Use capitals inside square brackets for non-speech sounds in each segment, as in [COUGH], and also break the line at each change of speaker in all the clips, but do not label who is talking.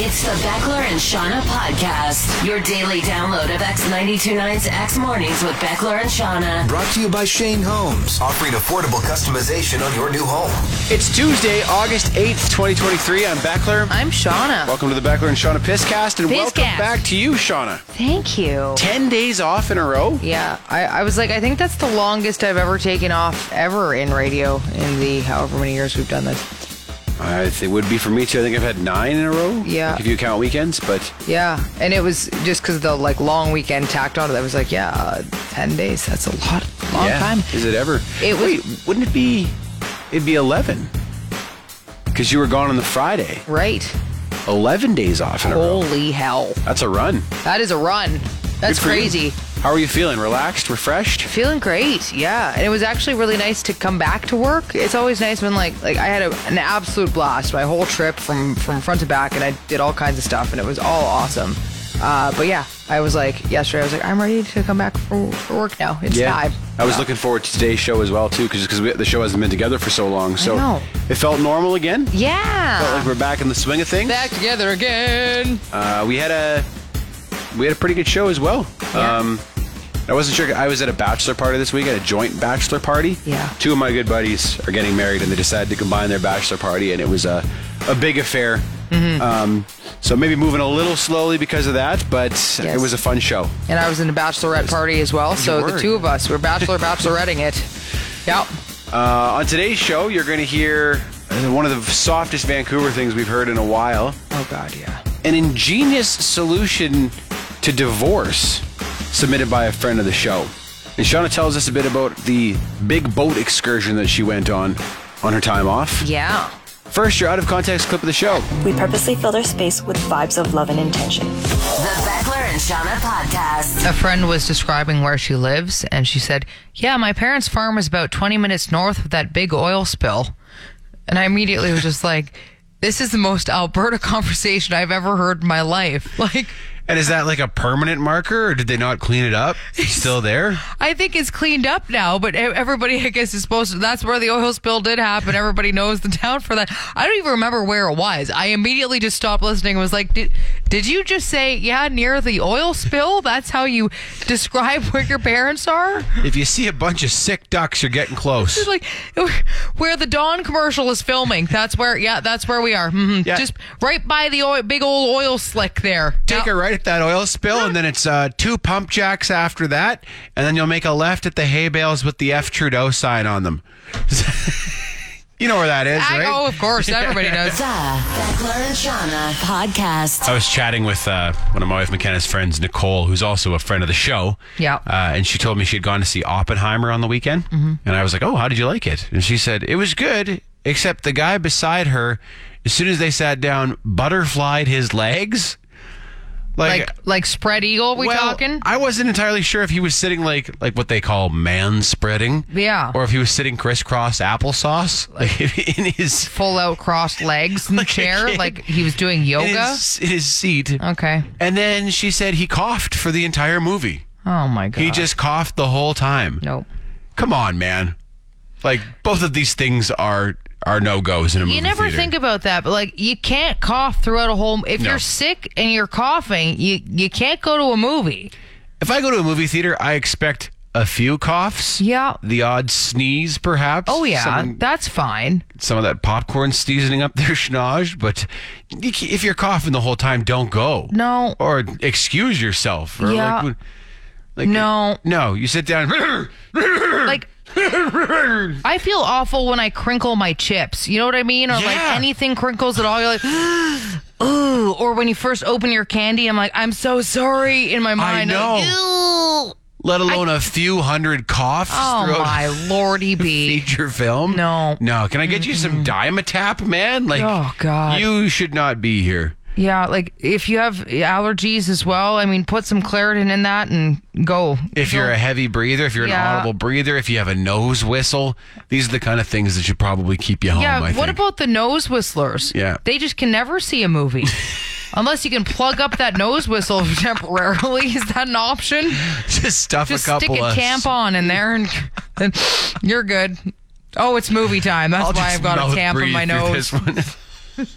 It's the Beckler and Shauna podcast, your daily download of X929's X Mornings with Beckler and Shauna.
Brought to you by Shane Homes, offering affordable customization on your new home.
It's Tuesday, August 8th, 2023. I'm Beckler.
I'm Shauna.
Welcome to the Beckler and Shauna Pisscast, and welcome
Pisscast.
back to you, Shauna.
Thank you.
10 days off in a row?
Yeah, I, I was like, I think that's the longest I've ever taken off ever in radio in the however many years we've done this.
I th- it would be for me, too. I think I've had nine in a row.
Yeah.
If you count weekends, but
Yeah, and it was just because the like long weekend tacked on. That was like, yeah, uh, ten days. That's a lot, long
yeah.
time.
Is it ever?
It was-
Wait, wouldn't it be? It'd be 11. Because you were gone on the Friday.
Right?
11 days off in a row.
Holy hell!
That's a run.
That is a run.
Good
That's
for you.
crazy.
How are you feeling? Relaxed? Refreshed?
Feeling great, yeah. And it was actually really nice to come back to work. It's always nice when like like I had a, an absolute blast my whole trip from from front to back, and I did all kinds of stuff, and it was all awesome. Uh, but yeah, I was like yesterday, I was like, I'm ready to come back for, for work now. It's time.
I was looking forward to today's show as well too, because the show hasn't been together for so long. So
know.
it felt normal again. Felt
Yeah.
like we're back in the swing of things.
Back together again.
Uh, we had a we had a pretty good show as well.
Yeah.
Um, I wasn't sure. I was at a bachelor party this week, at a joint bachelor party.
Yeah.
Two of my good buddies are getting married, and they decided to combine their bachelor party, and it was a a big affair.
Mm-hmm.
Um, so maybe moving a little slowly because of that, but it was a fun show.
And I was in a bachelorette party as well, so
were.
the two of us were bachelor bacheloretting it. Yep.
Uh, on today's show, you're going to hear uh, one of the softest Vancouver things we've heard in a while
Oh God, yeah.
an ingenious solution to divorce submitted by a friend of the show. And Shauna tells us a bit about the big boat excursion that she went on on her time off.
Yeah.
First, your out of context clip of the show.
We purposely filled our space with vibes of love and intention.
The Beckler and Shauna podcast.
A friend was describing where she lives, and she said, Yeah, my parents' farm is about 20 minutes north of that big oil spill. And I immediately was just like, This is the most Alberta [LAUGHS] conversation I've ever heard in my life. [LAUGHS] Like,
And is that like a permanent marker, or did they not clean it up? Still there?
I think it's cleaned up now, but e- everybody, I guess, is supposed to. That's where the oil spill did happen. Everybody knows the town for that. I don't even remember where it was. I immediately just stopped listening and was like, Did, did you just say, yeah, near the oil spill? That's how you describe [LAUGHS] where your parents are?
If you see a bunch of sick ducks, you're getting close.
It's like where the Dawn commercial is filming. That's where, yeah, that's where we are. hmm
Yeah.
Just right by the oil, big old oil slick there.
Take
Yeah.
a right at that oil spill, and then it's uh, two pump jacks after that, and then you'll make a left at the hay bales with the F Trudeau sign on them. [LAUGHS] you know where that is,
I,
right?
Oh, of
[LAUGHS]
course, everybody does.
The Beckler and Shauna podcast.
I was chatting with uh, one of my wife McKenna's friends, Nicole, who's also a friend of the show.
Yeah. Mm-hmm.
Uh, and she told me she had gone to see Oppenheimer on the weekend. And I was like, oh, how did you like it? And she said, it was good, except the guy beside her, as soon as they sat down, butterflied his legs.
Like, like spread eagle, we
well,
talking?
I wasn't entirely sure if he was sitting like like what they call man spreading.
Yeah.
Or if he was sitting crisscross applesauce, [LAUGHS] like in his
Full out crossed legs in
[LAUGHS]
the
Like a
chair,
kid.
like he was doing
in
yoga.
his, in his seat.
Okay.
And then she said he coughed for the entire movie.
Oh my god.
He just coughed the whole time.
nope.
Come on, man. Like both of these things are are no goes in a movie.
You never
theater.
think about that, but like you can't cough throughout a whole. If
No.
you're sick and you're coughing, you you can't go to a movie.
if I go to a movie theater, I expect a few coughs.
Yeah.
The odd sneeze, perhaps.
Oh yeah,
Someone-
that's fine.
some of that popcorn seasoning up [LAUGHS] their schnoz, but you ca- if you're coughing the whole time, don't go.
No.
Or excuse yourself. Or
Yeah.
Like, like,
No.
No, you sit down. [LAUGHS]
Like I feel awful when I crinkle my chips. You know what I mean? Or like
Yeah.
anything crinkles at all. You're like, [GASPS] ooh. Or when you first open your candy, I'm like, I'm so sorry in my mind. I'm like,
know.
"Ew."
let alone a few hundred coughs
Oh
throughout
my
[LAUGHS]
lordy
a
be.
feature film.
No.
No. Can I get you some Dimetap, man? Like,
Oh, God.
You should not be here.
Yeah, like if you have allergies as well, I mean, put some Claritin in that and go.
If you're a heavy breather, if you're
Yeah.
an audible breather, if you have a nose whistle, these are the kind of things that should probably keep you home.
yeah,
I
what
think.
about the nose whistlers?
Yeah.
They just can never see a movie. Unless you can plug up that nose whistle [LAUGHS] temporarily. Is that an option?
[LAUGHS] just stuff a
Just
couple
stick a
of
camp on in there and [LAUGHS] then you're good. Oh, it's movie time. That's
I'll
why
just
I've got
mouth
a camp in
breathe
my
through
nose.
this one. [LAUGHS]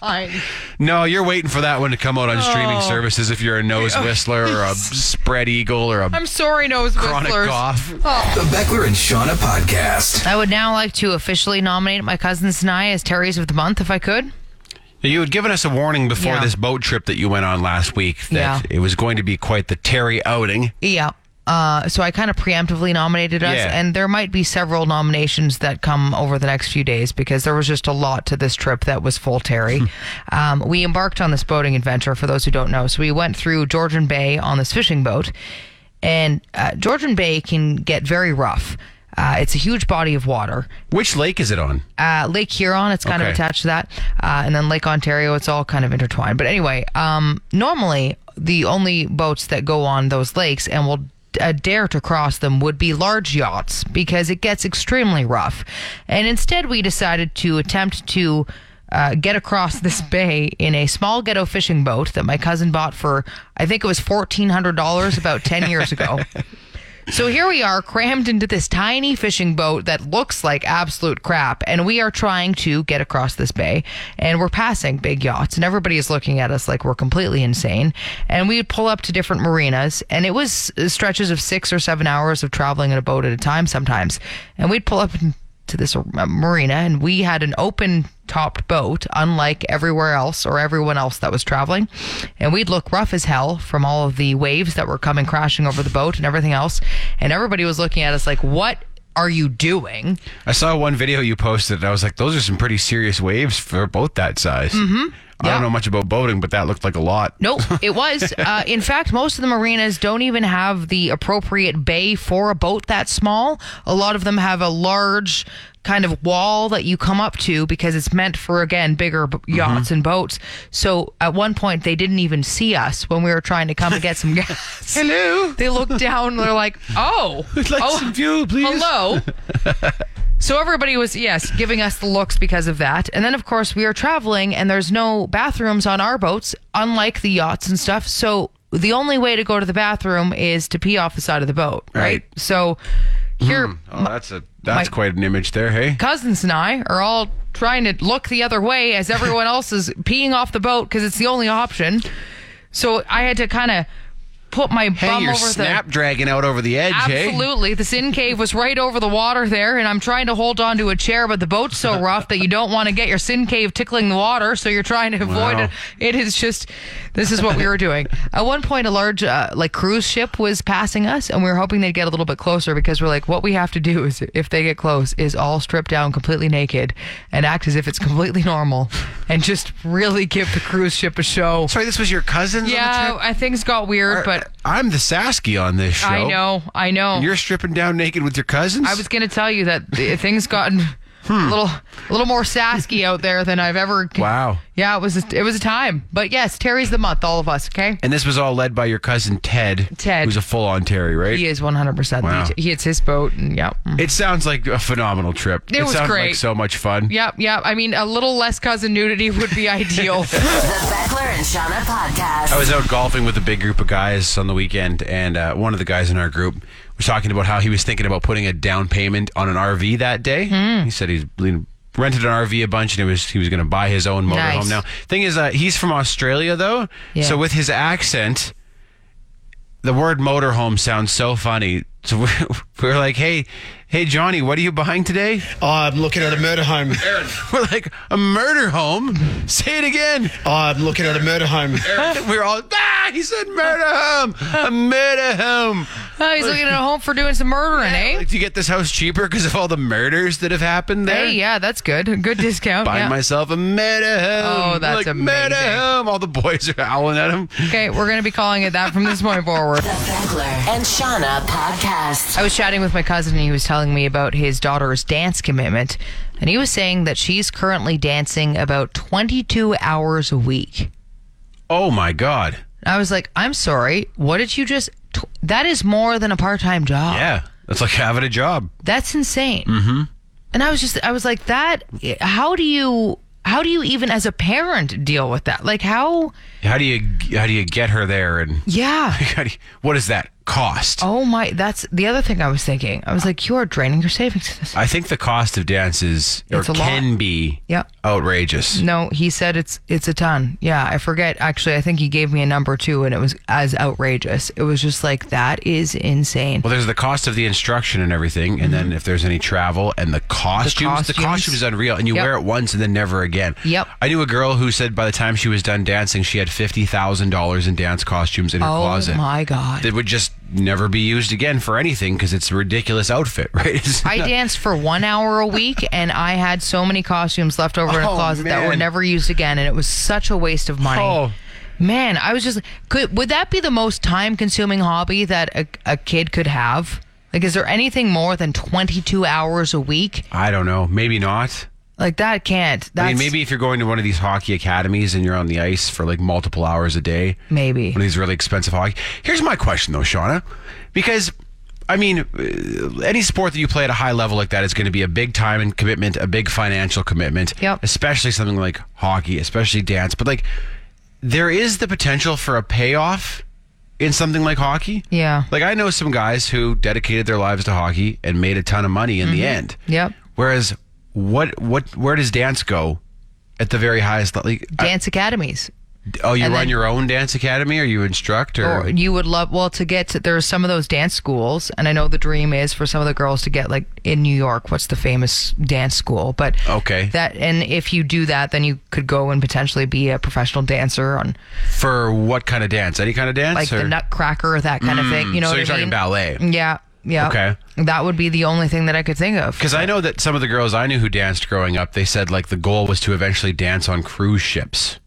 Fine.
No, you're waiting for that one to come out on streaming
Oh.
services if you're a nose whistler or
[LAUGHS]
a spread eagle or a
I'm Oh. sorry, nose
[LAUGHS] chronic
whistlers.
cough.
The Beckler and Shauna podcast.
I would now like to officially nominate my cousins and I as Terry's of the month, if I could.
You had given us a warning before
Yeah.
this boat trip that you went on last week that
Yeah.
it was going to be quite the Terry outing.
Yeah. Uh, so I kind of preemptively nominated us,
Yeah.
and there might be several nominations that come over the next few days because there was just a lot to this trip that was full Terry. um, we embarked on this boating adventure. For those who don't know, so we went through Georgian Bay on this fishing boat, and uh, Georgian Bay can get very rough. Uh, it's a huge body of water,
Which lake is it on?
uh, Lake Huron, it's kind of
Okay.
attached to that. Uh, and then Lake Ontario, it's all kind of intertwined. But anyway, um, normally the only boats that go on those lakes and will uh, dare to cross them would be large yachts because it gets extremely rough. And instead, we decided to attempt to. Uh, get across this bay in a small ghetto fishing boat that my cousin bought for, I think it was $1,400 about 10 years ago. So here we are, crammed into this tiny fishing boat that looks like absolute crap, and we are trying to get across this bay. And we're passing big yachts, and everybody is looking at us like we're completely insane. And we would pull up to different marinas, and it was uh, stretches of six or seven hours of traveling in a boat at a time sometimes. And we'd pull up to this uh, marina, and we had an open topped boat, unlike everywhere else or everyone else that was traveling. And we'd look rough as hell from all of the waves that were coming crashing over the boat and everything else. And everybody was looking at us like, what are you doing?
I saw one video you posted and I was like, those are some pretty serious waves for a boat that size. Mm-hmm. I
Yeah.
don't know much about boating, but that looked like a lot.
Nope,
[LAUGHS]
it was. Uh, in fact, most of the marinas don't even have the appropriate bay for a boat that small. A lot of them have a large kind of wall that you come up to because it's meant for, again, bigger b-
Mm-hmm.
yachts and boats. So at one point, they didn't even see us when we were trying to come
[LAUGHS]
and get some gas.
Hello.
they looked down and they're like, oh,
Would [LAUGHS] like
oh
some fuel, please. [LAUGHS]
hello. So everybody was yes giving us the looks because of that, and then of course we are traveling and there's no bathrooms on our boats, unlike the yachts and stuff. So the only way to go to the bathroom is to pee off the side of the boat, right?
Right.
So here,
Oh, that's a that's
My-
quite an image there, hey?
cousins and I are all trying to look the other way as everyone
[LAUGHS]
else is peeing off the boat because it's the only option. So I had to kind of put my
Hang
bum
your
over the
snapdragon out over the edge, hey?
Absolutely. The sin cave was right over the water there, and I'm trying to hold on to a chair, but the boat's
[LAUGHS]
so rough that you don't want to get your sin cave tickling the water, so you're trying to avoid
Wow.
it. It is just, this is what we were doing. At one point, a large uh, like cruise ship was passing us, and we were hoping they'd get a little bit closer because we're like, what we have to do is, if they get close, is all strip down completely naked and act as if it's completely normal, and just really give the cruise ship a show.
Sorry, this was your cousin's on the
Yeah,
trip?
I, things got weird, but.
I'm the Sasky on this show.
I know, I know.
You're stripping down naked with your cousins?
I was going to tell you that th-
[LAUGHS]
things gotten
Hmm.
a little a little more sasky out there than I've ever.
Wow.
Yeah, it was a, it was a time, but yes, Terry's the month. All of us, okay?
And this was all led by your cousin Ted.
Ted.
Who's a full on Terry, right?
He is one hundred percent.
Wow.
He hits his boat, and yeah. Mm.
It sounds like a phenomenal trip.
It was
sounds
great.
like so much fun.
Yep, yep. I mean, a little less cousin nudity would
[LAUGHS]
be ideal. [LAUGHS]
The Beckler and Shauna podcast.
I was out golfing with a big group of guys on the weekend, and uh, one of the guys in our group was talking about how he was thinking about putting a down payment on an RV that day.
Hmm.
He said he's been- rented an RV a bunch, and he was he was going to buy his own motorhome.
Nice.
Now, thing is, uh, he's from Australia though,
Yeah.
so with his accent, [LAUGHS] the word motorhome sounds so funny. So we're, we're like, hey, Hey, Johnny, what are you buying today?
Oh, I'm looking at a murder home.
[LAUGHS] We're like, a murder home? Say it again.
Oh, I'm looking at a murder home.
[LAUGHS] We're all, ah, he said murder home. A murder home.
Oh, he's looking at a home for doing some murdering, eh?
Like, do you get this house cheaper because of all the murders that have happened there?
Hey, yeah, that's good. Good discount.
Buying
yeah.
myself a murder home.
Oh, that's
like,
amazing.
Murder home. All the boys are howling at him.
Okay, we're going to be calling it that from this point forward.
The Beckler and Shauna podcast.
I was chatting with my cousin, and he was telling me about his daughter's dance commitment. And he was saying that she's currently dancing about 22 hours a week.
Oh, my God.
I was like, I'm sorry. What did you just. Tw- that is more than a part time job.
Yeah. That's like having a job.
That's insane. Mm-hmm. And I was just, I was like, that. How do you, how do you even as a parent deal with that? Like, how?
How do you how do you get her there and [LAUGHS]
Yeah.
how do you, what does that cost?
Oh my, that's the other thing I was thinking. I was like, you are draining your savings.
I think the cost of dance is or
It's a lot.
can be
Yep.
outrageous.
No, he said it's it's a ton. Yeah, I forget. Actually, I think he gave me a number too, and it was as outrageous. It was just like that is insane.
Well, there's the cost of the instruction and everything, and then if there's any travel and the costumes, the costumes,
Mm-hmm. costumes.
is unreal, and you
Yep.
wear it once and then never again.
Yep.
I knew a girl who said by the time she was done dancing, she had fifty thousand dollars in dance costumes in her
oh
closet
my god.
that would just never be used again for anything because it's a ridiculous outfit, [LAUGHS] right? It's-
I danced for one hour a week, and I had so many costumes left over in a
Oh,
closet that were
man.
never used again, and it was such a waste of money.
Oh.
Man, I was just could would that be the most time consuming hobby that a, a kid could have? Like, is there anything more than twenty two hours a week?
I don't know, maybe not.
Like that can't. That's
I mean, maybe if you're going to one of these hockey academies and you're on the ice for like multiple hours a day,
Maybe.
one of these really expensive hockey. Here's my question though, Shauna, because I mean, uh, any sport that you play at a high level like that is going to be a big time and commitment, a big financial commitment.
Yep.
Especially something like hockey, especially dance. But like, there is the potential for a payoff in something like hockey.
Yeah.
Like I know some guys who dedicated their lives to hockey and made a ton of money in the
Mm-hmm.
end.
Yep.
Whereas, what what where does dance go at the very highest level? Like, I-
dance academies.
oh, you
and
run
then-
your own dance academy, or you instruct, or,
Or you would love well to get to, there are some of those dance schools, and I know the dream is for some of the girls to get like in New York. What's the famous dance school? But
Okay.
that and if you do that, then you could go and potentially be a professional dancer on
for what kind of dance? Any kind of dance?
like
or?
the Nutcracker, that kind of thing. You know
Mm. so
what
you're
I
talking
mean?
ballet.
Yeah, yeah.
Okay.
that would be the only thing that I could think of.
Because I know that some of the girls I knew who danced growing up, they said like the goal was to eventually dance on cruise ships.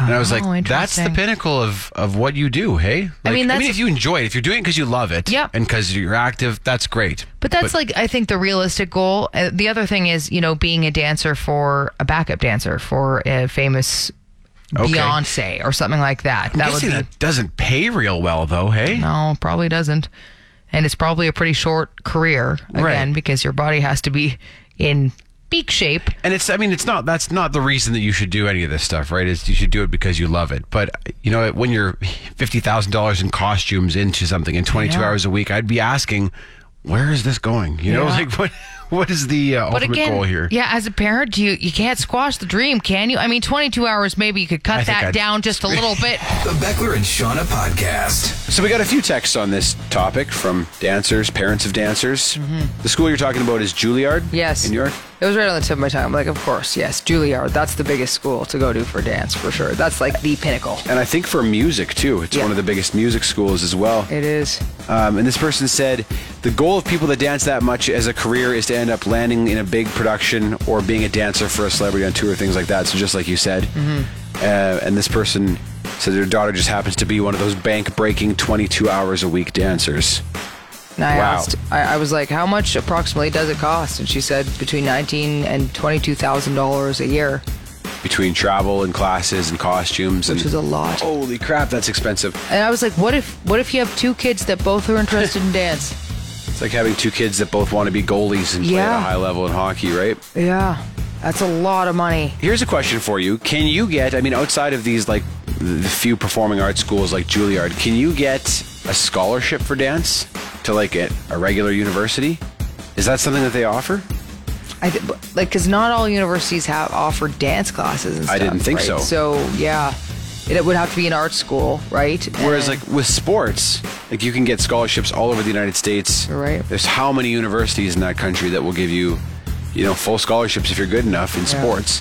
And I was
Oh,
like, that's the
interesting.
pinnacle of, of what you do, hey? Like,
mean,
I mean,
that's-
if you enjoy it, if you're doing it because you love it
Yep.
and because you're active, that's great.
But that's like I think the realistic goal. Uh, the other thing is, you know, being a dancer for a backup dancer for a famous
Okay.
Beyonce or something like that.
I'm
that would
guessing
be
that doesn't pay real well, though, hey?
no, probably doesn't, and it's probably a pretty short career again
Right.
because your body has to be in peak shape.
And it's, I mean, it's not, that's not the reason that you should do any of this stuff, right? Is you should do it because you love it. But, you know, when you're $50,000 in costumes into something in 22
Yeah.
hours a week, I'd be asking, where is this going? You know,
Yeah.
like what, what is the uh,
But
ultimate
again,
goal here?
yeah, as a parent, you you can't squash the dream, can you? I mean, 22 hours, maybe you could cut
I think
that
I'd-
down just a little bit.
The Beckler and Shauna podcast.
So we got a few texts on this topic from dancers, parents of dancers.
Mm-hmm.
The school you're talking about is Juilliard.
Yes.
in York.
It was right on the tip of my tongue. Like, of course, [LAUGHS] yes, Juilliard. That's the biggest school to go to for dance, for sure. That's like the pinnacle.
And I think for music too, it's
Yeah.
one of the biggest music schools as well.
It is.
Um, and this person said, the goal of people that dance that much as a career is to end up landing in a big production or being a dancer for a celebrity on tour, things like that. So just like you said.
Mm-hmm.
Uh, and this person said their daughter just happens to be one of those bank breaking 22 hours a week dancers.
And I
Wow.
asked, I, I was like, how much approximately does it cost? And she said between nineteen and twenty-two thousand dollars a year,
between travel and classes and costumes
which
and
is a lot.
holy crap that's expensive
And I was like, what if, what if you have two kids that both are interested
[LAUGHS]
in dance?
it's like having two kids that both want to be goalies and play at
Yeah.
a high level in hockey right
Yeah, that's a lot of money.
here's a question for you can you get i mean outside of these like the few performing arts schools like juilliard can you get a scholarship for dance to like a, a regular university is that something that they offer
I th- but- like because not all universities have offered dance classes. and
I
stuff,
didn't think
right?
so.
So yeah, It would have to be an art school, right?
Whereas,
And-
like with sports, like you can get scholarships all over the United States.
Right.
There's how many universities in that country that will give you, you know, full scholarships if you're good enough in sports.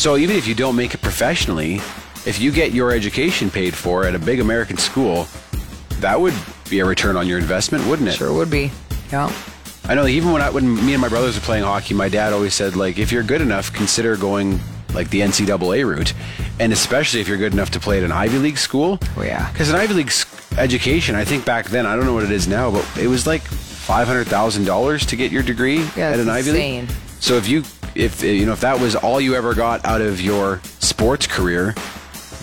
So even if you don't make it professionally, if you get your education paid for at a big American school, that would be a return on your investment, wouldn't it?
sure would be. Yeah.
I know. Even when I, when me and my brothers were playing hockey, my dad always said, like, if you're good enough, consider going like the NCAA route, and especially if you're good enough to play at an Ivy League school.
Oh, yeah.
Because an Ivy League s- education, I think back then, I don't know what it is now, but it was like five hundred thousand dollars to get your degree
Yeah,
at
it's
an Ivy
insane.
League. So if you if you know if that was all you ever got out of your sports career,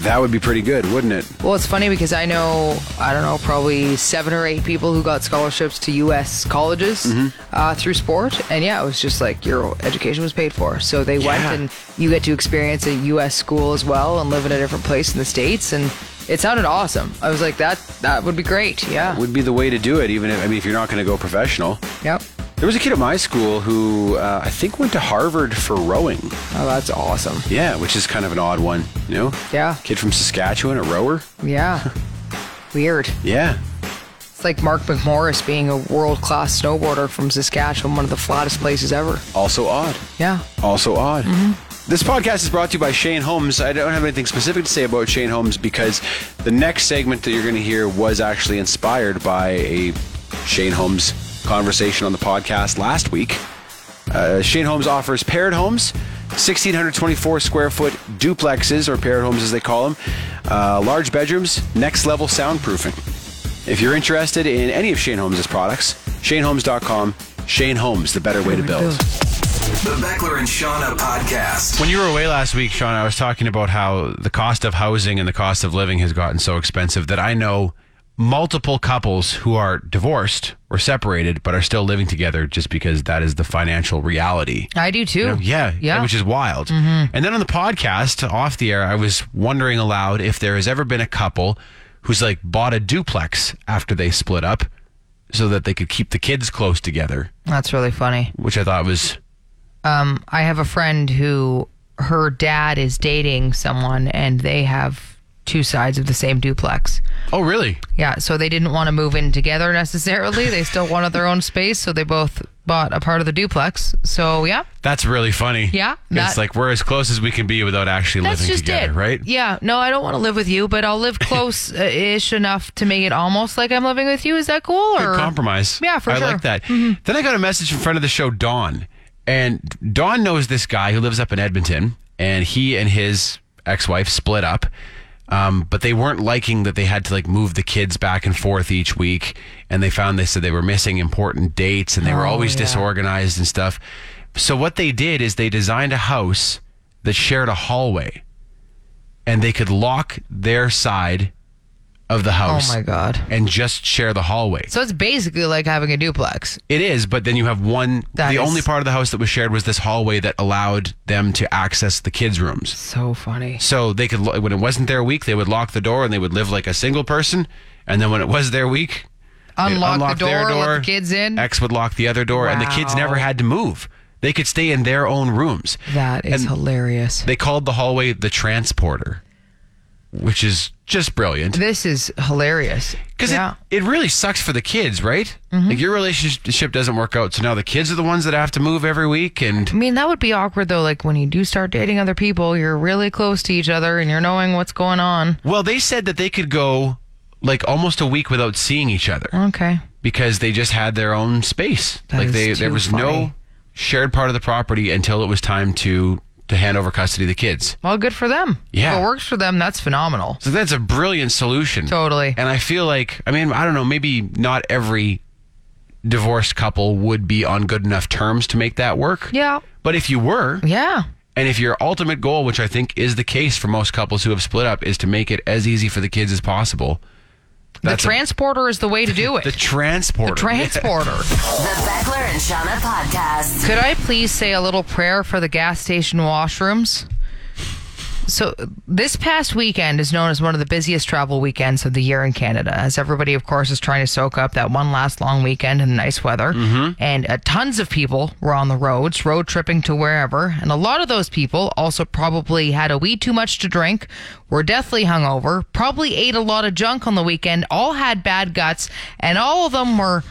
that would be pretty good, wouldn't it?
Well, it's funny because I know, I don't know, probably seven or eight people who got scholarships to U.S. colleges uh, through sport. And yeah, it was just like your education was paid for. So they went
Yeah.
and you get to experience a U.S. school as well and live in a different place in the States. And it sounded awesome. I was like, that that would be great. Yeah.
Would be the way to do it, even if I mean if you're not going to go professional.
Yep.
There was a kid at my school who uh, I think went to Harvard for rowing.
Oh, that's awesome.
Yeah, which is kind of an odd one, you know?
Yeah.
Kid from Saskatchewan, a rower?
Yeah. Weird.
Yeah.
It's like Mark McMorris being a world class snowboarder from Saskatchewan, one of the flattest places ever.
Also odd.
Yeah.
Also odd. This podcast is brought to you by Shane Holmes. I don't have anything specific to say about Shane Holmes because the next segment that you're going to hear was actually inspired by a Shane Holmes conversation on the podcast last week. Uh, Shane Holmes offers paired homes, 1,624 square foot duplexes, or paired homes as they call them, uh, large bedrooms, next level soundproofing. If you're interested in any of Shane Holmes' products, shaneholmes.com, Shane Holmes, the better way to build.
The Beckler and Shauna podcast.
When you were away last week, Sean, I was talking about how the cost of housing and the cost of living has gotten so expensive that I know multiple couples who are divorced or separated but are still living together just because that is the financial reality.
I do too.
You know, yeah,
Yeah.
which is wild. And then on the podcast, off the air, I was wondering aloud if there has ever been a couple who's like bought a duplex after they split up so that they could keep the kids close together,
That's really funny.
which I thought was
um, I have a friend who her dad is dating someone and they have two sides of the same duplex.
oh really?
Yeah, so they didn't want to move in together necessarily. They still wanted their own space, so they both bought a part of the duplex. So yeah,
That's really funny.
Yeah,
it's
that-
like we're as close as we can be without actually
that's
living
just
together,
it,
right?
Yeah, no, I don't want to live with you, but I'll live
[LAUGHS]
close-ish enough to make it almost like I'm living with you. Is that cool?
Good
Or
compromise.
Yeah, for
I
sure. Mm-hmm.
like that. Then I got a message from friend of the show, Dawn, and Dawn knows this guy who lives up in Edmonton, and he and his ex-wife split up, um, but they weren't liking that they had to like move the kids back and forth each week, and they found they said they were missing important dates, and they
Oh,
were always disorganized and stuff. So what they did is they designed a house that shared a hallway, and they could lock their side of the
Oh
house
my god.
and just share the hallway.
So it's basically like having a duplex.
It is, but then you have one.
That
the
is-
only part of the house that was shared was this hallway that allowed them to access the kids' rooms.
So funny.
So they could, lo- when it wasn't their week, they would lock the door and they would live like a single person. And then when it was their week, they'd
Unlock, the
their
door, let the kids in.
X would lock the other door, and the kids never
Wow.
had to move. They could stay in their own rooms.
that is
And
hilarious.
They called the hallway the transporter, which is just brilliant.
This is hilarious.
Because
yeah. Mm-hmm.
it, it really sucks for the kids, right? Like your relationship doesn't work out, so now the kids are the ones that have to move every week, and
I mean, that would be awkward though. Like when you do start dating other people, you're really close to each other and you're knowing what's going on.
well, they said that they could go like almost a week without seeing each other
Okay.
because they just had their own space.
That
like
is
they there
too
was no
funny.
shared part of the property until it was time to to hand over custody of the kids.
Well, good for them.
Yeah.
If it works for them, that's phenomenal.
So that's a brilliant solution.
Totally.
And I feel like, I mean, I don't know, maybe not every divorced couple would be on good enough terms to make that work.
Yeah.
But if you were,
Yeah.
And if your ultimate goal, which I think is the case for most couples who have split up, is to make it as easy for the kids as possible, That's a-
the transporter is the way to do
[LAUGHS]
it.
the transporter.
transporter.
The Beckler and Shauna podcast.
Could I please say a little prayer for the gas station washrooms? So this past weekend is known as one of the busiest travel weekends of the year in Canada, as everybody, of course, is trying to soak up that one last long weekend in the nice weather. And uh, tons of people were on the roads, road tripping to wherever, and a lot of those people also probably had a wee too much to drink, were deathly hungover, probably ate a lot of junk on the weekend, all had bad guts, and all of them were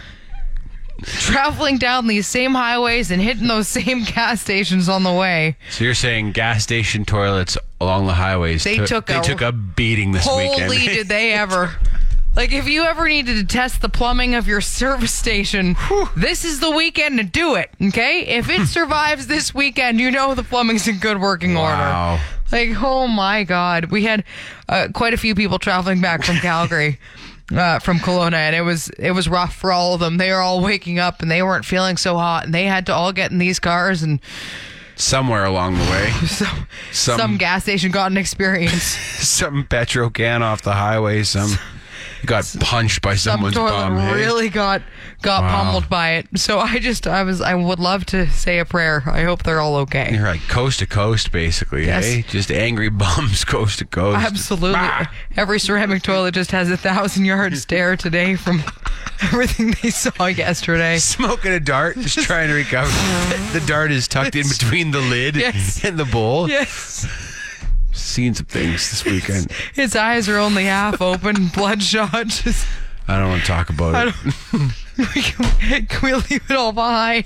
traveling down these same highways and hitting those same [LAUGHS] gas stations on the way.
[LAUGHS] So you're saying gas station toilets along the highways?
They took
they
a-
took a beating this weekend.
Holy, did they ever! Like, if you ever needed to test the plumbing of your [LAUGHS] service station, this is the weekend to do it. Okay, if
[LAUGHS]
it survives this weekend, you know the plumbing's in good
[LAUGHS]
working
Wow.
order. Like, oh my God, we had uh, quite a few people traveling
[LAUGHS]
back from Calgary. Uh, from Kelowna, and it was it was rough for all of them. They were all waking up, and they weren't feeling so hot, and they had to all get in these cars. And
Somewhere along the way,
[LAUGHS] some
Some-
some, gas station got an experience.
some petrol can off the highway. Some got punched by [LAUGHS]
some
someone's
toilet
bum. hey?
really got got
Wow.
pummeled by it. So I just I was I would love to say a prayer. I hope they're all okay.
You're like coast to coast, basically.
Yes.
Hey, just angry bums [LAUGHS] coast to coast.
Absolutely. Every ceramic toilet just has a thousand yard stare today from [LAUGHS] everything they saw yesterday.
Smoking a dart, just trying to
[LAUGHS]
recover. the dart is tucked in between the lid
Yes.
and the bowl.
Yes.
Seen some things this weekend.
His eyes are only half open, bloodshot. Just,
I don't want to talk
I
about it.
don't, can, we, can we leave it all behind?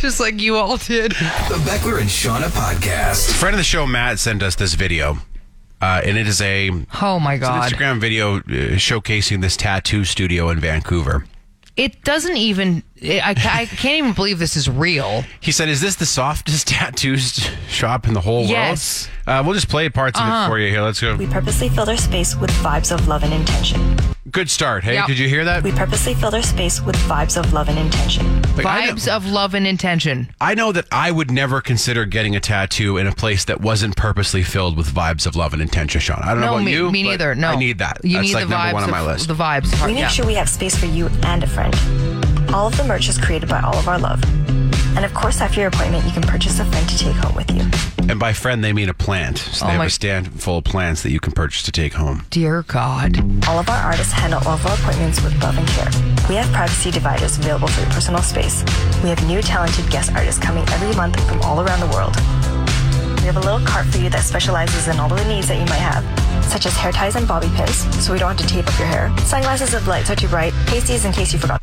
Just like you all did.
The Beckler and Shauna Podcast.
Friend of the show, Matt, sent us this video, uh, and it is a
Oh my
it's an
God.
Instagram video uh, showcasing this tattoo studio in Vancouver.
It doesn't even, I, I can't even believe this is real.
He said, "Is this the softest [LAUGHS] tattoos shop in the whole
Yes. Uh-huh.
world?" Uh, we'll just play parts of it for you here. Let's go.
We purposely filled our space with vibes of love and intention.
Good start. Hey,
Yep.
did you hear that?
We purposely filled our space with vibes of love and intention.
Like, I know-
Vibes of love and intention.
I know that I would never consider getting a tattoo in a place that wasn't purposely filled with vibes of love and intention, Sean. I don't know
No,
about
me,
you.
me
but
neither. No,
I need that.
You
That's
need
like
the vibes
number one on my
of-
list.
The vibes. Part,
We make
yeah.
sure we have space for you and a friend. All of the merch is created by all of our love. And of course, after your appointment, you can purchase a friend to take home with you.
and by friend, they mean a plant. So
Oh
they
my-
have a stand full of plants that you can purchase to take home.
Dear God.
All of our artists handle all of our appointments with love and care. We have privacy dividers available for your personal space. We have new talented guest artists coming every month from all around the world. We have a little cart for you that specializes in all of the needs that you might have, such as hair ties and bobby pins, so we don't have to tape up your hair, sunglasses if lights are too bright, pasties in case you forgot.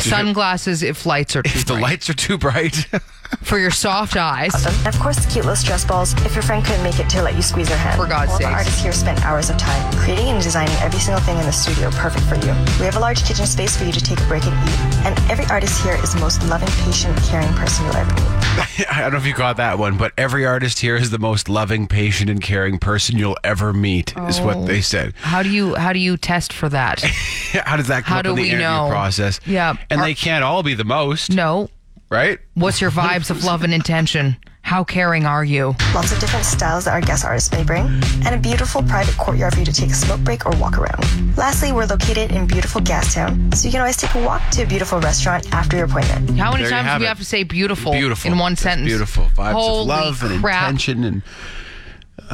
Sunglasses if lights are too
If the
bright.
lights are too bright, [LAUGHS]
For your soft eyes.
them. And of course, cute little stress balls if your friend couldn't make it to let you squeeze their hand.
For God's
All the
sakes.
artists here spent hours of time creating and designing every single thing in the studio perfect for you. We have a large kitchen space for you to take a break and eat. And every artist here is the most loving, patient, caring person you'll ever meet.
I don't know if you caught that one, but every artist here is the most loving, patient, and caring person you'll ever meet, is what
Oh.
they said. [LAUGHS]
How do you how do you test for that?
How does that come
How
up
do
in the
we
interview
know?
process?
Yeah.
And
Are-
they can't all be the most,
No.
right?
What's your vibes of love and intention? How caring are you?
Lots of different styles that our guest artists may bring, and a beautiful private courtyard for you to take a smoke break or walk around. Lastly, we're located in beautiful Gastown, so you can always take a walk to a beautiful restaurant after your appointment.
How many
There you
times
have
do we
it.
have to say beautiful,
Beautiful.
in one
That's
sentence?
Beautiful. Vibes
Holy
of love and
crap.
intention and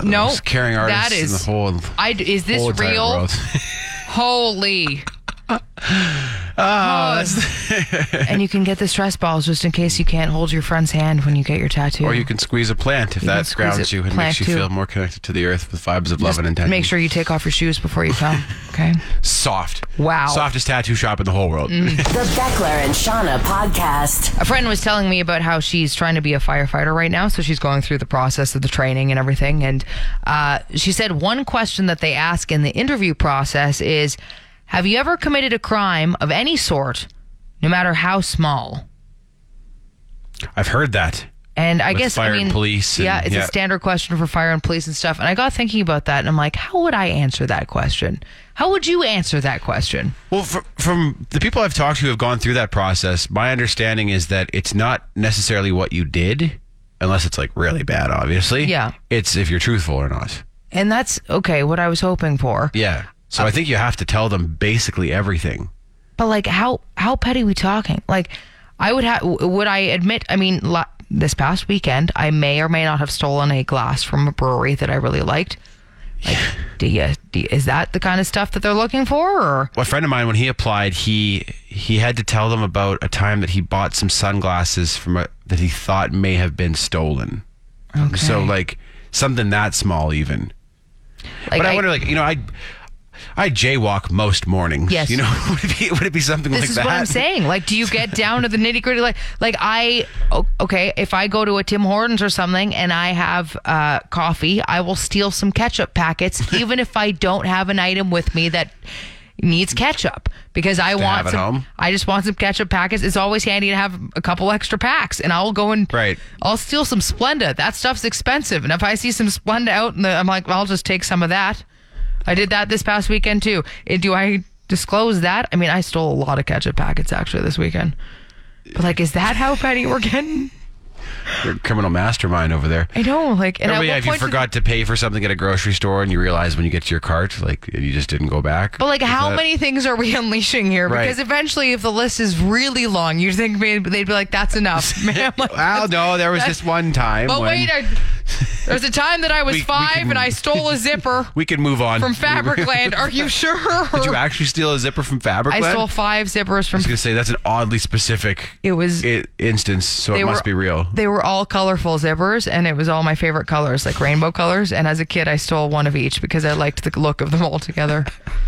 No,
most caring artists
that is,
in the whole.
I, is this
whole entire
real?
world.
[LAUGHS] Holy.
Ah. [LAUGHS]
and you can get the stress balls just in case you can't hold your friend's hand when you get your tattoo.
or you can squeeze a plant if that
can squeeze
grounds
a
you and
plant
makes you
too.
feel more connected to the earth with vibes of love and intention.
Make sure you take off your shoes before you
[LAUGHS]
come. Okay.
soft.
Wow. Mm.
Softest tattoo shop in the whole world.
The Beckler and Shauna podcast.
A friend was telling me about how she's trying to be a firefighter right now, so she's going through the process of the training and everything. And uh, she said one question that they ask in the interview process is, "Have you ever committed a crime of any sort, no matter how small?"
[LAUGHS] I've heard that.
And I
With
guess
fire
I
and
mean,
police and-
yeah, it's
yeah.
a standard question for fire and police and stuff. And I got thinking about that, and I'm like, how would I answer that question? How would you answer that question?
Well, fr- from the people I've talked to who have gone through that process, my understanding is that it's not necessarily what you did, unless it's like really bad, obviously.
Yeah.
It's if you're truthful or not.
And that's okay. What I was hoping for.
Yeah.
Uh,
So I think you have to tell them basically everything.
But like, how how petty we talking? Like, I would have would I admit? I mean, la- this past weekend, I may or may not have stolen a glass from a brewery that I really liked. Like, do you, do you- is that the kind of stuff that they're looking for? Or
a friend of mine when he applied he he had to tell them about a time that he bought some sunglasses from a, that he thought may have been stolen okay. so like something that small even
like,
but I, wonder like you know i i jaywalk most mornings
Yes.
you know [LAUGHS] would it be would it be something
this
like
is
that
what I'm saying. Like, do you
[LAUGHS]
get down to the nitty gritty? Like, like I o- okay, if I go to a Tim Hortons or something and I have uh, coffee, I will steal some ketchup
[LAUGHS]
packets, even if I don't have an item with me that needs ketchup because I want
have at
some.
home?
I just want some ketchup packets. It's always handy to have a couple extra packs, and I'll go and
Right.
I'll steal some Splenda. That stuff's expensive, and if I see some Splenda out, and I'm like, I'll just take some of that. I did that this past weekend too. Eh, Do I disclose that? I mean, I stole a lot of ketchup packets actually this weekend. But like, is that how petty we're getting?
You're a criminal mastermind over there
I know, like, and
Or,
at
Oh, yeah,
what
if you
point did-
forgot to pay for something at a grocery store and you realize when you get to your cart, like you just didn't go back.
But like,
Is
how
that-
many things are we [LAUGHS] unleashing here?
Right.
Because eventually, if the list is really long, you think maybe they'd be like, "That's enough, [LAUGHS] man." Like,
Well, no, there was
that-
this one time.
But
when
wait, I, there's a time that I was
We- we
five
can-
and I stole a zipper
we could move on [LAUGHS]
from Fabricland. Are you sure?
Did you actually steal a zipper from Fabricland?
I stole five zippers
I
from.
was gonna say that's an oddly specific
It was-
i- instance, so it must be real.
They were all colorful zippers, and it was all my favorite colors, like rainbow colors. And as a kid, I stole one of each because I liked the look of them all together. [LAUGHS]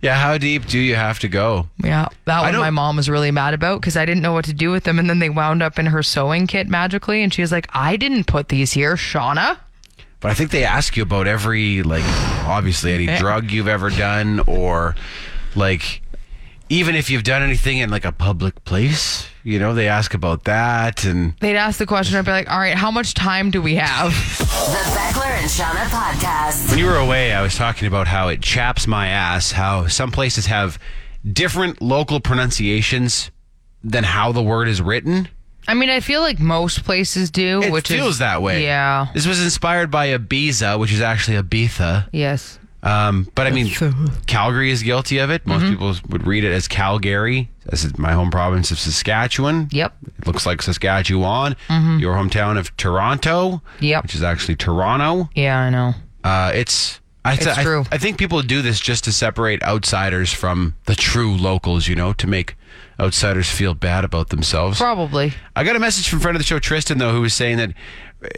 Yeah, how deep do you have to go?
Yeah, that one
don't-
my mom was really mad about because I didn't know what to do with them, and then they wound up in her sewing kit magically, and she was like, "I didn't put these here, Shauna."
But I think they ask you about every like obviously any drug you've ever done or like even if you've done anything in like a public place, you know, they ask about that and
They'd ask the question, I'd be like, "All right, how much time do we have?"
The Beckler and Shauna podcast.
When you were away, I was talking about how it chaps my ass how some places have different local pronunciations than how the word is written.
I mean, I feel like most places do,
It
which
feels
is,
that way.
Yeah.
This was inspired by Ibiza, which is actually Ibiza.
Yes.
Um, but I mean, Calgary is guilty of it. Most
Mm-hmm.
people would read it as Calgary. This is my home province of Saskatchewan.
Yep. Mm-hmm.
It looks like Saskatchewan. Your hometown of Toronto.
Yep.
Which is actually Toronto.
Yeah, I know.
Uh, it's. I, th-
It's true.
I, I think people do this just to separate outsiders from the true locals, you know, to make outsiders feel bad about themselves.
Probably.
I got a message from friend of the show Tristan though, who was saying that uh,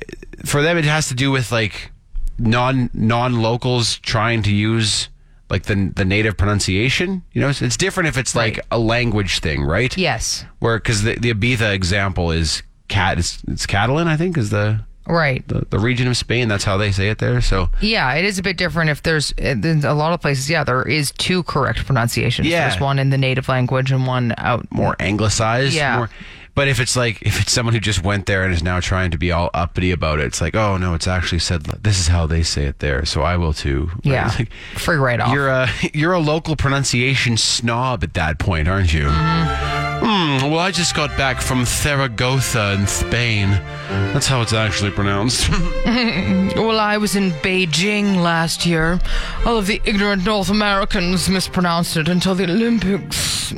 for them it has to do with like non non locals trying to use like the the native pronunciation. You know, it's, it's different if it's like a language thing, right?
Yes.
Where because the the Ibiza example is cat it's, it's Catalan, I think, is the,
Right.
the the region of Spain. That's how they say it there. So
Yeah, it is a bit different if there's in a lot of places. Yeah, there is two correct pronunciations.
Yeah.
There's one in the native language and one out.
more anglicized.
Yeah.
More, but if it's like if it's someone who just went there and is now trying to be all uppity about it, it's like, oh no, it's actually said li- this is how they say it there, so I will too. Right? [LAUGHS]
Yeah.
It's like,
Free write off.
you're a you're a local pronunciation snob at that point, aren't you? Hmm. Well, I just got back from Zaragoza in Spain. That's how it's actually pronounced. [LAUGHS]
Well, I was in Beijing last year. All of the ignorant North Americans mispronounced it until the Olympics.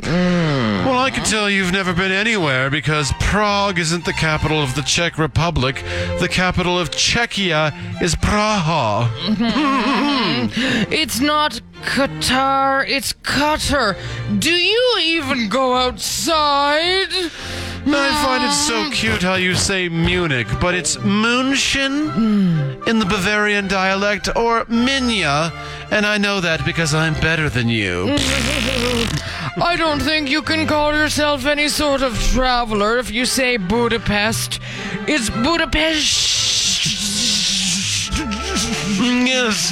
Well, I can tell you've never been anywhere because Prague isn't the capital of the Czech Republic. The capital of Czechia is Praha.
It's not Qatar, it's Qatar. Do you even go outside?
I find it so cute how you say Munich, but it's München in the Bavarian dialect or Minya, and I know that because I'm better than you.
I don't think you can call yourself any sort of traveler if you say Budapest. It's Budapest.
yes.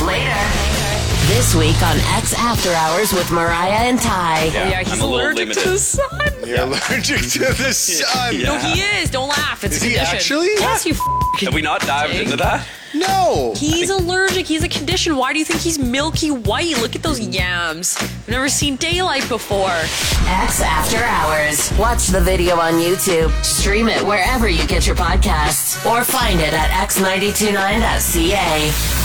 Later. This week on X After Hours with Mariah and Ty.
Yeah, he's allergic to the sun.
You're allergic to
[LAUGHS]
the sun.
No, he is. Don't laugh. It's
Is
a
he
condition.
actually?
Yes, you.
Have we not dived into that?
No.
He's allergic. He's a condition. Why do you think he's milky white? Look at those yams. I've never seen daylight before.
X After Hours. Watch the video on YouTube. Stream it wherever you get your podcasts. Or find it at x929.ca.